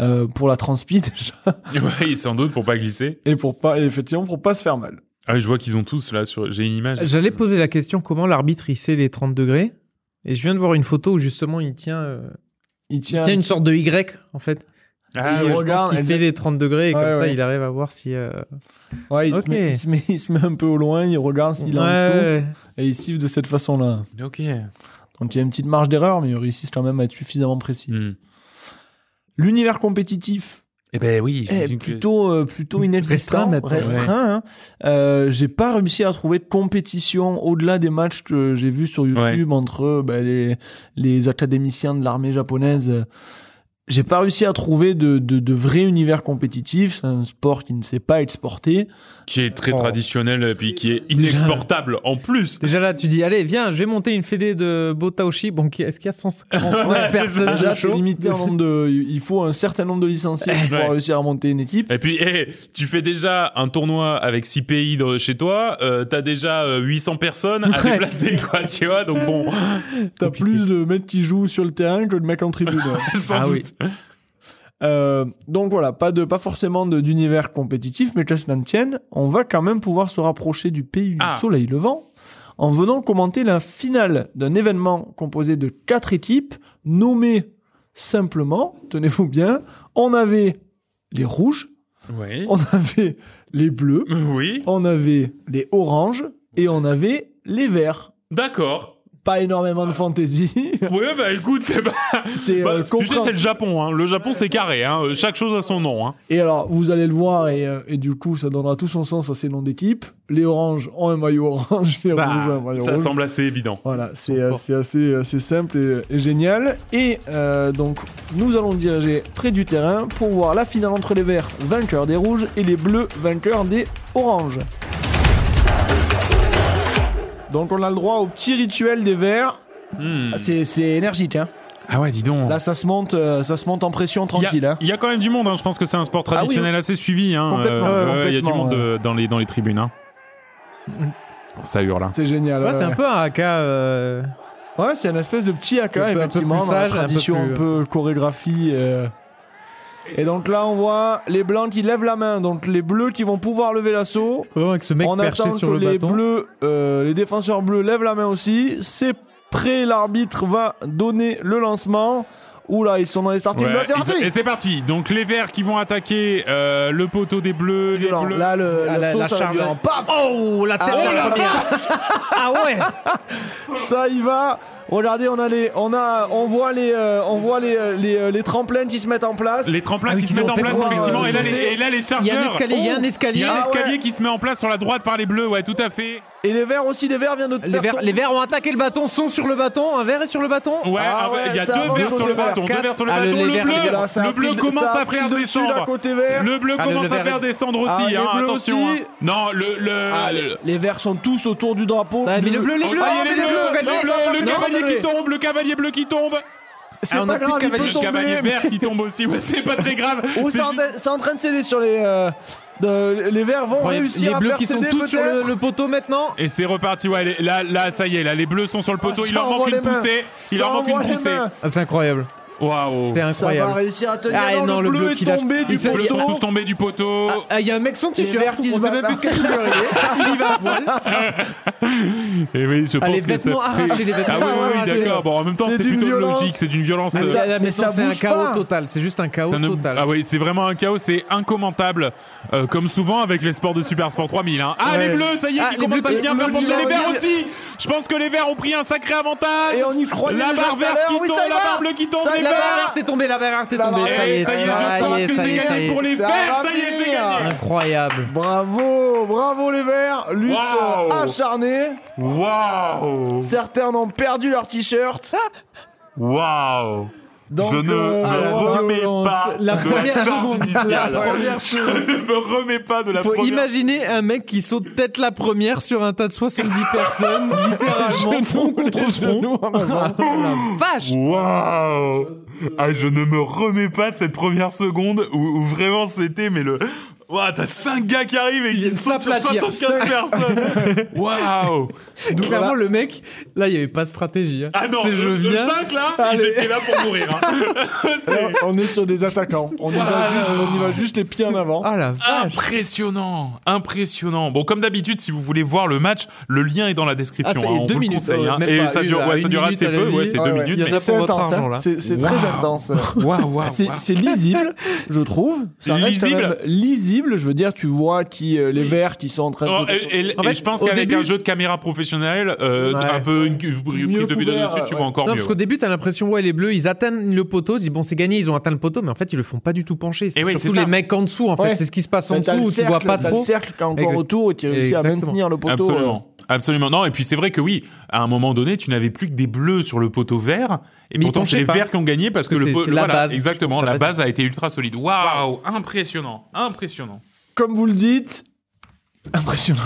Speaker 1: euh, pour la transpi déjà
Speaker 3: Ouais, sans doute pour pas glisser.
Speaker 1: et pour pas et effectivement pour pas se faire mal
Speaker 3: Ah, oui, je vois qu'ils ont tous là sur. J'ai une image.
Speaker 4: J'allais poser la question comment l'arbitre il sait les 30 degrés et je viens de voir une photo où justement il tient, euh,
Speaker 1: il
Speaker 4: il
Speaker 1: tient,
Speaker 4: tient une sorte de Y en fait. euh,
Speaker 3: Ah,
Speaker 4: il
Speaker 1: ouais,
Speaker 3: ouais.
Speaker 1: je regarde,
Speaker 4: il
Speaker 1: elle
Speaker 4: fait
Speaker 1: dit-
Speaker 4: les 32 degrés et comme
Speaker 1: Ouais,
Speaker 4: ça,
Speaker 1: ouais.
Speaker 4: il arrive à voir si. euh,
Speaker 1: Ouais, il,
Speaker 4: Ok.
Speaker 1: se met, il, se met, il se met un peu au loin, il regarde s'il est en dessous
Speaker 4: Ouais.
Speaker 1: et il siffle de cette façon-là.
Speaker 3: Ok.
Speaker 1: Donc il y a une petite marge d'erreur, mais ils réussissent quand même à être suffisamment précis.
Speaker 3: Hmm.
Speaker 1: L'univers compétitif
Speaker 3: Eh ben oui.
Speaker 1: est
Speaker 3: j'imagine que-
Speaker 1: plutôt, euh, plutôt
Speaker 4: Restreint
Speaker 1: inexistant,
Speaker 4: maintenant.
Speaker 1: restreint, hein. Euh, j'ai pas réussi à trouver de compétition au-delà des matchs que j'ai vus sur YouTube entre euh, bah, les, les académiciens de l'armée japonaise. J'ai pas réussi à trouver de, de, de vrai univers compétitif. C'est un sport qui ne sait pas exporter.
Speaker 3: Qui est très
Speaker 1: Oh.
Speaker 3: traditionnel et puis qui est inexportable en plus.
Speaker 4: Déjà là, tu dis, allez, viens, je vais monter une fédé de Botaoshi. Bon, qui- est-ce qu'il y a 150
Speaker 3: Ouais,
Speaker 4: personnes
Speaker 1: Déjà,
Speaker 4: chaud
Speaker 1: c'est limité en nombre de, il faut un certain nombre de licenciés pour pouvoir
Speaker 3: Eh, Ouais.
Speaker 1: réussir à monter une équipe.
Speaker 3: Et puis, eh, tu fais déjà un tournoi avec 6 pays dans- chez toi, euh, t'as déjà euh, 800 personnes à
Speaker 4: Ouais.
Speaker 3: déplacer, quoi, tu vois, donc bon,
Speaker 1: T'as
Speaker 3: Compliqué.
Speaker 1: plus de mecs qui jouent sur le terrain que de mecs en tribune. ouais.
Speaker 3: sans
Speaker 4: Ah oui.
Speaker 3: doute.
Speaker 1: Euh, donc voilà, pas de, pas forcément de- d'univers compétitif, mais qu'à cela ne tienne, on va quand même pouvoir se rapprocher du pays du
Speaker 3: Ah.
Speaker 1: soleil levant en venant commenter la finale d'un événement composé de quatre équipes nommées simplement, tenez-vous bien, on avait les rouges,
Speaker 3: Oui.
Speaker 1: on avait les bleus,
Speaker 3: Oui.
Speaker 1: on avait les oranges et on avait les verts.
Speaker 3: D'accord.
Speaker 1: Pas énormément de fantaisie,
Speaker 3: Ouais, bah écoute, c'est pas.
Speaker 1: c'est
Speaker 3: bah,
Speaker 1: euh,
Speaker 3: tu sais, c'est le
Speaker 1: compréhensible.
Speaker 3: Japon, hein. Le Japon, c'est carré, hein. Euh, Chaque chose a son nom, hein.
Speaker 1: Et alors, vous allez le voir, et, euh, et du coup, ça donnera tout son sens à ces noms d'équipe. Les oranges ont un maillot orange, les
Speaker 4: Bah,
Speaker 1: rouges ont un maillot
Speaker 3: Ça
Speaker 1: rouge.
Speaker 3: semble assez évident.
Speaker 1: Voilà, c'est
Speaker 4: Ils sont
Speaker 1: euh,
Speaker 4: forts.
Speaker 1: c'est assez, assez simple et, et génial. Et euh, donc, nous allons diriger près du terrain pour voir la finale entre les verts, vainqueurs des rouges, et les bleus, vainqueurs des oranges. Donc, on a le droit au petit rituel des verts.
Speaker 4: Mm.
Speaker 3: Hmm.
Speaker 1: Ah, C'est c'est énergique, hein.
Speaker 3: Ah ouais, dis donc.
Speaker 1: Là, ça se monte, euh, ça se monte en pression
Speaker 3: Il y a-
Speaker 1: tranquille, hein. Ah
Speaker 3: Il y a quand même du monde, hein. je pense que c'est un sport
Speaker 1: oui,
Speaker 3: traditionnel assez suivi. Hein.
Speaker 1: Complètement,
Speaker 3: Euh, ouais, Il y a du
Speaker 1: complètement,
Speaker 3: monde euh, dans, les, dans les tribunes. Hein. Ça hurle. hein.
Speaker 1: C'est génial.
Speaker 4: Ouais,
Speaker 1: ouais,
Speaker 4: c'est
Speaker 1: ouais.
Speaker 4: un peu un haka. euh,
Speaker 1: Ouais, c'est une espèce de petit AK,
Speaker 4: Un peu- un peu
Speaker 1: effectivement,
Speaker 4: plus
Speaker 1: dans la
Speaker 4: sage, un peu
Speaker 1: tradition un
Speaker 4: plus-
Speaker 1: peu chorégraphie. euh. Et donc là, on voit les blancs qui lèvent la main, donc les bleus qui vont pouvoir lever l'assaut.
Speaker 4: Vraiment avec ce mec
Speaker 1: On
Speaker 4: perché
Speaker 1: attend que
Speaker 4: sur le
Speaker 1: les
Speaker 4: bâton.
Speaker 1: bleus, euh, les défenseurs bleus lèvent la main aussi. C'est prêt, l'arbitre va donner le lancement. Oula, ils sont dans les sorties
Speaker 3: Ouais,
Speaker 1: de
Speaker 3: ils- et c'est parti. Donc les verts qui vont attaquer euh, le poteau des bleus, les bleus.
Speaker 1: Là, le,
Speaker 4: Ah,
Speaker 1: le
Speaker 4: la-
Speaker 1: saut,
Speaker 4: la
Speaker 1: ça va
Speaker 4: charge.
Speaker 1: bien. Paf
Speaker 4: Oh, la tête
Speaker 1: Ah,
Speaker 4: de
Speaker 1: oh la
Speaker 4: la première. Ah ouais
Speaker 1: Ça y va. Regardez, on a les, on a, on voit les, euh, on voit les, euh, les, euh, les tremplins qui se mettent en place.
Speaker 3: Les tremplins
Speaker 4: Ah oui,
Speaker 3: qui
Speaker 4: qui
Speaker 3: se
Speaker 4: ont
Speaker 3: mettent en
Speaker 4: fait
Speaker 3: place,
Speaker 4: pouvoir,
Speaker 3: effectivement.
Speaker 1: euh,
Speaker 3: et, là, les,
Speaker 1: sauter.
Speaker 3: et là, les
Speaker 4: Il y a un
Speaker 3: chargeurs.
Speaker 4: escalier, il y a un
Speaker 3: Il y
Speaker 4: escalier.
Speaker 3: a un
Speaker 1: Ah ouais.
Speaker 3: escalier qui se met en place sur la droite par les bleus, ouais, tout à fait.
Speaker 1: Et les verts aussi, les verts viennent de
Speaker 4: Les
Speaker 1: faire
Speaker 4: verts,
Speaker 1: tomber
Speaker 4: les verts ont attaqué le bâton, sont sur le bâton, un vert est sur le bâton.
Speaker 3: Ouais,
Speaker 1: Ah
Speaker 3: ah ouais,
Speaker 1: ouais,
Speaker 3: il y a
Speaker 1: ça
Speaker 3: deux
Speaker 1: avance
Speaker 3: verts
Speaker 1: au
Speaker 3: sur le
Speaker 1: vert.
Speaker 3: bâton, deux
Speaker 4: Quatre.
Speaker 3: verts sur le
Speaker 4: Ah, le-
Speaker 3: bâton,
Speaker 4: les
Speaker 3: le
Speaker 4: verts,
Speaker 3: bleu,
Speaker 4: les verts,
Speaker 1: Là, ça a
Speaker 3: le
Speaker 1: pris
Speaker 3: bleu
Speaker 1: de- ça
Speaker 3: commence
Speaker 1: a
Speaker 3: à
Speaker 1: pris
Speaker 3: faire
Speaker 1: le dessus d'un
Speaker 3: descendre.
Speaker 1: côté vert.
Speaker 3: Le bleu
Speaker 4: Ah, le-
Speaker 3: commence
Speaker 4: le
Speaker 3: à
Speaker 4: vert
Speaker 3: faire
Speaker 4: est-
Speaker 3: descendre
Speaker 1: Ah,
Speaker 3: aussi,
Speaker 1: les
Speaker 3: hein,
Speaker 1: bleus
Speaker 3: attention.
Speaker 1: aussi.
Speaker 3: hein. Non, le... le-
Speaker 1: Ah,
Speaker 3: le-
Speaker 1: les- Les verts sont tous autour du drapeau.
Speaker 4: Ouais, mais
Speaker 1: bleu.
Speaker 4: le bleu, les
Speaker 3: Oh,
Speaker 4: bleus,
Speaker 3: ah,
Speaker 4: oh,
Speaker 3: il y
Speaker 4: mais
Speaker 3: a les bleus,
Speaker 4: on gagne.
Speaker 3: le bleu,
Speaker 1: on va
Speaker 3: le
Speaker 1: pas
Speaker 3: cavalier
Speaker 1: donner.
Speaker 3: qui tombe, le cavalier bleu qui tombe,
Speaker 1: C'est
Speaker 4: Ah, on
Speaker 1: pas
Speaker 4: a plus
Speaker 1: grave,
Speaker 4: de
Speaker 1: il peut
Speaker 4: cavalier.
Speaker 3: le cavalier
Speaker 1: tomber.
Speaker 3: vert qui tombe aussi, ouais, c'est pas très grave.
Speaker 1: Ou
Speaker 3: C'est
Speaker 1: c'est en
Speaker 3: du-
Speaker 1: train- c'est en train de céder sur les. euh, de- Les verts vont
Speaker 4: Les-
Speaker 1: réussir
Speaker 4: les
Speaker 1: à
Speaker 4: bleus
Speaker 1: faire
Speaker 4: qui sont
Speaker 1: céder,
Speaker 4: tous sur le,
Speaker 1: peut-être.
Speaker 4: le poteau maintenant.
Speaker 3: Et c'est reparti, ouais, les- là, là, ça y est, là, les bleus sont sur le poteau,
Speaker 1: Ah,
Speaker 3: il
Speaker 1: ça
Speaker 3: leur manque
Speaker 1: envoie
Speaker 3: une
Speaker 1: les mains.
Speaker 3: poussée, il
Speaker 1: Ça
Speaker 3: leur manque une
Speaker 1: envoie les
Speaker 3: poussée.
Speaker 1: mains.
Speaker 4: Ah, c'est incroyable,
Speaker 3: Waouh.
Speaker 4: c'est
Speaker 1: Ça va
Speaker 4: incroyable.
Speaker 1: réussir à tenir.
Speaker 4: Ah, et
Speaker 1: non,
Speaker 4: non,
Speaker 1: le
Speaker 4: le
Speaker 1: bleu
Speaker 4: bleu
Speaker 1: est
Speaker 4: qui lâche.
Speaker 1: tombé du
Speaker 4: Il s'est-
Speaker 3: Les bleus sont
Speaker 4: on-
Speaker 3: tous
Speaker 1: poteau.
Speaker 3: tombés du poteau.
Speaker 4: Ah, ah, il y a un mec sans
Speaker 1: Les
Speaker 4: t-shirt,
Speaker 1: verts qui
Speaker 4: on
Speaker 1: se
Speaker 4: sait même
Speaker 1: battent.
Speaker 4: plus de quelle couleur il est. Il va à poil.
Speaker 3: Et Eh oui, je
Speaker 4: Ah, les
Speaker 3: pense que ça
Speaker 4: vêtements
Speaker 3: fait-
Speaker 4: arrachés, les vêtements
Speaker 3: Ah oui, oui, oui,
Speaker 4: arrachés.
Speaker 3: d'accord. Bon, en même temps,
Speaker 1: C'est
Speaker 3: c'est
Speaker 1: d'une
Speaker 3: plutôt
Speaker 1: violence.
Speaker 3: logique, c'est d'une violence.
Speaker 1: Mais
Speaker 3: euh,
Speaker 1: ça-
Speaker 4: Ah, là,
Speaker 1: mais
Speaker 4: mais
Speaker 1: ça
Speaker 4: ça, c'est un
Speaker 1: bouge
Speaker 4: chaos
Speaker 1: pas.
Speaker 4: total. C'est juste un chaos
Speaker 3: ça ne-
Speaker 4: total.
Speaker 3: Ah oui, c'est vraiment un chaos, c'est incommentable. Euh, comme souvent avec les sports de Super Sport 3000. hein. Ah,
Speaker 4: Ouais.
Speaker 3: les bleus, ça y est,
Speaker 4: Ah,
Speaker 3: qui
Speaker 4: les
Speaker 3: commencent
Speaker 4: bleus
Speaker 3: à
Speaker 4: qui-
Speaker 3: bien faire
Speaker 4: le-
Speaker 3: pencher
Speaker 4: le-
Speaker 3: les verts
Speaker 4: le-
Speaker 3: aussi. Je pense que les verts ont pris un sacré avantage.
Speaker 1: Et on y croyait.
Speaker 3: La
Speaker 1: déjà
Speaker 3: barre
Speaker 1: tout à
Speaker 3: verte
Speaker 1: l'heure.
Speaker 3: qui
Speaker 1: Oui, ça
Speaker 3: tombe,
Speaker 1: y
Speaker 3: la
Speaker 1: va.
Speaker 3: barre bleue qui tombe,
Speaker 1: Ça
Speaker 3: les
Speaker 1: y
Speaker 4: La
Speaker 1: va.
Speaker 3: verts.
Speaker 4: barre verte est tombée, la barre verte est
Speaker 1: La
Speaker 4: tombée.
Speaker 1: barre verte,
Speaker 3: Eh,
Speaker 4: Ça y est,
Speaker 1: ça y est,
Speaker 4: ça
Speaker 1: je
Speaker 4: y est,
Speaker 1: pense
Speaker 4: ça y est,
Speaker 1: que
Speaker 4: ça y
Speaker 1: c'est
Speaker 3: pour
Speaker 4: est.
Speaker 3: les
Speaker 1: Ça
Speaker 3: verts,
Speaker 1: va
Speaker 3: ça y est, c'est
Speaker 1: venir.
Speaker 3: gagné.
Speaker 4: Incroyable.
Speaker 1: Bravo, bravo les verts. Lutte
Speaker 3: Waouh.
Speaker 1: euh, acharnée.
Speaker 3: Waouh!
Speaker 1: Certains ont perdu leur t-shirt.
Speaker 3: Waouh!
Speaker 1: Donc,
Speaker 3: Je ne
Speaker 1: euh,
Speaker 4: Ah,
Speaker 3: me
Speaker 4: la
Speaker 3: remets
Speaker 4: violence.
Speaker 3: pas
Speaker 4: La
Speaker 3: de
Speaker 4: première
Speaker 3: la charge
Speaker 4: seconde.
Speaker 3: initiale.
Speaker 1: La première
Speaker 3: Je ne me remets pas de la
Speaker 4: Faut
Speaker 3: première.
Speaker 4: imaginer un mec qui saute tête la première sur un tas de 70 personnes, littéralement front contre front.
Speaker 1: Nous, on a-
Speaker 4: Vache euh,
Speaker 3: Waouh Ah, je ne me remets pas de cette première seconde où, où vraiment c'était mais le Waouh, t'as 5 gars qui arrivent et
Speaker 4: Ils
Speaker 3: qui
Speaker 4: viennent
Speaker 3: sautent sur
Speaker 4: s'aplatir.
Speaker 3: 75 personnes. Waouh.
Speaker 4: Clairement,
Speaker 1: voilà.
Speaker 4: le mec, là, il n'y avait pas de stratégie. hein.
Speaker 3: Ah non,
Speaker 4: C'est je
Speaker 3: le,
Speaker 4: viens.
Speaker 3: 5 là, ils
Speaker 4: Allez.
Speaker 3: étaient là pour mourir. hein. C'est
Speaker 1: On est sur des attaquants. On y, va
Speaker 3: Voilà.
Speaker 1: juste, on y va juste les pieds en avant.
Speaker 4: Ah la vache.
Speaker 3: impressionnant, impressionnant. Bon, comme d'habitude, si vous voulez voir le match, le lien est dans la description.
Speaker 4: Ah, c'est
Speaker 3: hein, on
Speaker 4: deux
Speaker 3: vous le
Speaker 4: minutes,
Speaker 3: conseille,
Speaker 4: euh,
Speaker 3: hein.
Speaker 4: même
Speaker 3: Et
Speaker 4: pas
Speaker 3: ça
Speaker 4: une,
Speaker 3: dure,
Speaker 4: là,
Speaker 3: ouais, ça
Speaker 4: une
Speaker 3: dure
Speaker 4: minute,
Speaker 3: assez peu.
Speaker 4: allez-y.
Speaker 3: Ouais, c'est
Speaker 1: Ah Ouais,
Speaker 3: deux
Speaker 1: ouais.
Speaker 3: minutes.
Speaker 4: Il y en Ah,
Speaker 3: mais-
Speaker 4: a pour
Speaker 1: C'est
Speaker 4: votre
Speaker 1: intense,
Speaker 4: argent,
Speaker 1: hein.
Speaker 4: là.
Speaker 1: C'est c'est très
Speaker 3: Waouh.
Speaker 1: intense.
Speaker 3: Waouh, waouh,
Speaker 1: Bah, C'est
Speaker 3: waouh.
Speaker 1: c'est lisible, je trouve. Ça reste quand
Speaker 3: Lisible
Speaker 1: même lisible. Je veux dire, tu vois qui euh, les verts qui sont en train
Speaker 3: Oh,
Speaker 1: de.
Speaker 3: et, et-
Speaker 4: En
Speaker 3: et
Speaker 4: fait,
Speaker 3: je pense
Speaker 4: au
Speaker 3: qu'avec un
Speaker 4: début-
Speaker 3: jeu de caméra professionnelle, euh,
Speaker 4: Ouais.
Speaker 3: un peu une cu- prise de vidéo
Speaker 1: couvert,
Speaker 3: dessus, tu
Speaker 1: ouais.
Speaker 3: vois encore
Speaker 4: Non,
Speaker 3: mieux.
Speaker 4: parce qu'au début, t'as l'impression, ouais, les bleus, ils atteignent le poteau, ils disent, bon, c'est gagné, ils ont atteint le poteau, mais en fait, ils le font pas du tout pencher. C'est
Speaker 3: Eh oui,
Speaker 4: surtout
Speaker 3: c'est ça.
Speaker 4: les mecs en dessous, en fait.
Speaker 1: Ouais.
Speaker 4: C'est ce qui se passe en
Speaker 1: Bah, T'as
Speaker 4: dessous,
Speaker 1: le
Speaker 4: où tu vois
Speaker 1: cercle,
Speaker 4: pas
Speaker 1: t'as le
Speaker 4: trop.
Speaker 1: cercle qui est encore
Speaker 4: Exact-
Speaker 1: autour et qui réussit à
Speaker 4: Exactement.
Speaker 1: maintenir le poteau. euh,
Speaker 3: Absolument. Absolument. Non, et puis c'est vrai que oui, à un moment donné, tu n'avais plus que des bleus sur le poteau vert, et
Speaker 4: Mais ils
Speaker 3: pourtant c'est
Speaker 4: penchaient
Speaker 3: les
Speaker 4: pas.
Speaker 3: verts qui ont gagné parce que,
Speaker 4: Parce que
Speaker 3: le
Speaker 4: c'est-
Speaker 3: po-
Speaker 4: c'est la
Speaker 3: voilà,
Speaker 4: base.
Speaker 3: exactement,
Speaker 4: C'est la
Speaker 3: la
Speaker 4: base.
Speaker 3: base a été ultra solide. Waouh, impressionnant, impressionnant.
Speaker 1: Comme vous le dites, impressionnant.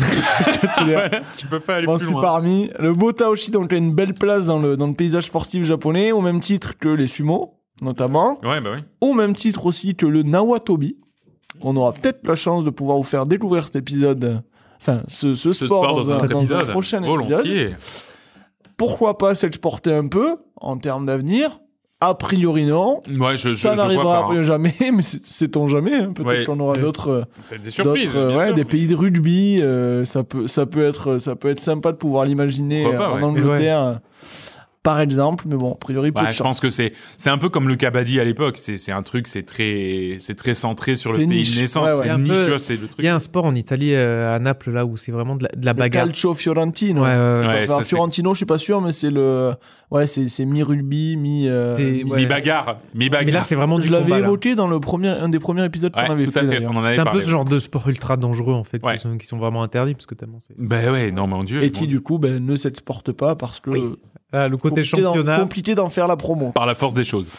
Speaker 3: tu peux pas aller
Speaker 1: M'en
Speaker 3: plus
Speaker 1: suis
Speaker 3: loin.
Speaker 1: parmi. Le beau Taoshi, donc, a une belle place dans le, dans le paysage sportif japonais, au même titre que les sumo, notamment.
Speaker 3: Ouais, bah oui.
Speaker 1: Au même titre aussi que le nawatobi. On aura peut-être la chance de pouvoir vous faire découvrir cet épisode, euh, enfin, ce, ce
Speaker 3: Ce
Speaker 1: sport, dans, un,
Speaker 3: autre
Speaker 1: dans un
Speaker 3: épisode.
Speaker 1: prochain épisode.
Speaker 3: Volontiers.
Speaker 1: Pourquoi pas s'exporter un peu, en termes d'avenir? A priori, non.
Speaker 3: Ouais, je, je,
Speaker 1: Ça
Speaker 3: je vois
Speaker 1: n'arrivera
Speaker 3: pas. hein.
Speaker 1: jamais, mais c'est- sait-on jamais. hein. Peut-être
Speaker 3: Ouais.
Speaker 1: qu'on aura d'autres, euh,
Speaker 3: Peut-être Des surprises.
Speaker 1: d'autres, euh,
Speaker 3: bien
Speaker 1: ouais,
Speaker 3: sûr,
Speaker 1: des
Speaker 3: mais-
Speaker 1: pays de rugby. euh, ça peut, ça peut être, ça peut être sympa de pouvoir l'imaginer
Speaker 3: Pourquoi
Speaker 1: euh,
Speaker 3: pas,
Speaker 1: en
Speaker 3: ouais.
Speaker 1: Angleterre, euh, par exemple. Mais bon, a priori, peu
Speaker 3: Bah,
Speaker 1: de
Speaker 3: je
Speaker 1: chance.
Speaker 3: pense que c'est c'est un peu comme le Kabaddi à l'époque. C'est c'est un truc, c'est très c'est très centré sur le
Speaker 1: C'est
Speaker 3: pays
Speaker 1: niche.
Speaker 3: de naissance.
Speaker 1: Ouais, ouais.
Speaker 3: C'est
Speaker 4: Un
Speaker 3: niche,
Speaker 4: peu-
Speaker 3: tu vois, c'est le
Speaker 4: Il y
Speaker 3: truc.
Speaker 4: a un sport en Italie, euh, à Naples, là, où c'est vraiment de la, de la
Speaker 1: Le
Speaker 4: bagarre.
Speaker 1: calcio fiorentino.
Speaker 4: Ouais, ouais, ouais.
Speaker 3: Ouais,
Speaker 1: Enfin,
Speaker 3: ça, c'est-
Speaker 1: Fiorentino, je suis pas sûr, mais c'est le, ouais, c'est, c'est mi rugby, mi. euh,
Speaker 4: C'est- ouais.
Speaker 3: Mi bagarre, mi bagarre.
Speaker 4: Mais là, c'est vraiment du
Speaker 1: Je l'avais
Speaker 4: combat. là.
Speaker 1: évoqué dans le premier, un des premiers épisodes qu'on
Speaker 3: Ouais,
Speaker 1: avait
Speaker 3: tout à
Speaker 1: fait.
Speaker 3: fait.
Speaker 1: d'ailleurs.
Speaker 3: On en avait
Speaker 4: C'est un peu
Speaker 3: parlé.
Speaker 4: ce genre de sport ultra dangereux, en fait,
Speaker 3: Ouais.
Speaker 4: qui, sont, qui sont vraiment interdits, parce que tellement c'est.
Speaker 3: Ben ouais, non, mon Dieu.
Speaker 1: Et qui
Speaker 3: mon-
Speaker 1: du coup ben, ne s'exporte pas parce que
Speaker 4: Oui.
Speaker 1: euh,
Speaker 4: Ah, le côté
Speaker 1: compliqué, d'en,
Speaker 4: championnat.
Speaker 1: compliqué d'en faire la promo.
Speaker 3: Par la force des choses.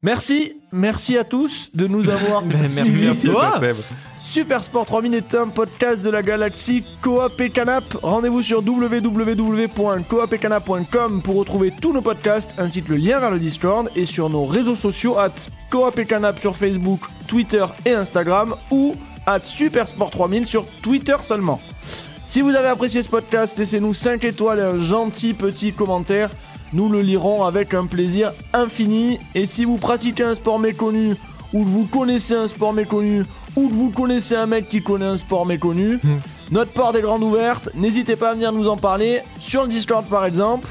Speaker 1: Merci, merci à tous de nous avoir
Speaker 4: Ben,
Speaker 1: suivis.
Speaker 3: Merci,
Speaker 1: Oh,
Speaker 3: toi, Seb.
Speaker 1: Super Sport 3 minutes 1, podcast de la galaxie Coop et Canap. Rendez-vous sur www.coopetcanap.com pour retrouver tous nos podcasts ainsi que le lien vers le Discord et sur nos réseaux sociaux at Coop et Canap sur Facebook, Twitter et Instagram ou at Super Sport 3000 sur Twitter seulement. Si vous avez apprécié ce podcast, laissez-nous 5 étoiles et un gentil petit commentaire. Nous le lirons avec un plaisir infini. Et si vous pratiquez un sport méconnu, ou que vous connaissez un sport méconnu, ou que vous connaissez un mec qui connaît un sport méconnu,
Speaker 4: Hmm.
Speaker 1: notre porte est grande ouverte. N'hésitez pas à venir nous en parler sur le Discord par exemple.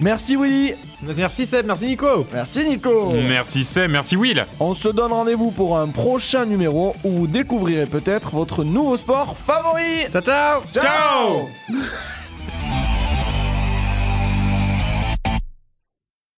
Speaker 1: Merci Willy,
Speaker 4: Merci Seb, merci Nico.
Speaker 1: merci Nico.
Speaker 3: Merci Seb, merci Will.
Speaker 1: On se donne rendez-vous pour un prochain numéro où vous découvrirez peut-être votre nouveau sport favori.
Speaker 4: Ciao, ciao.
Speaker 1: Ciao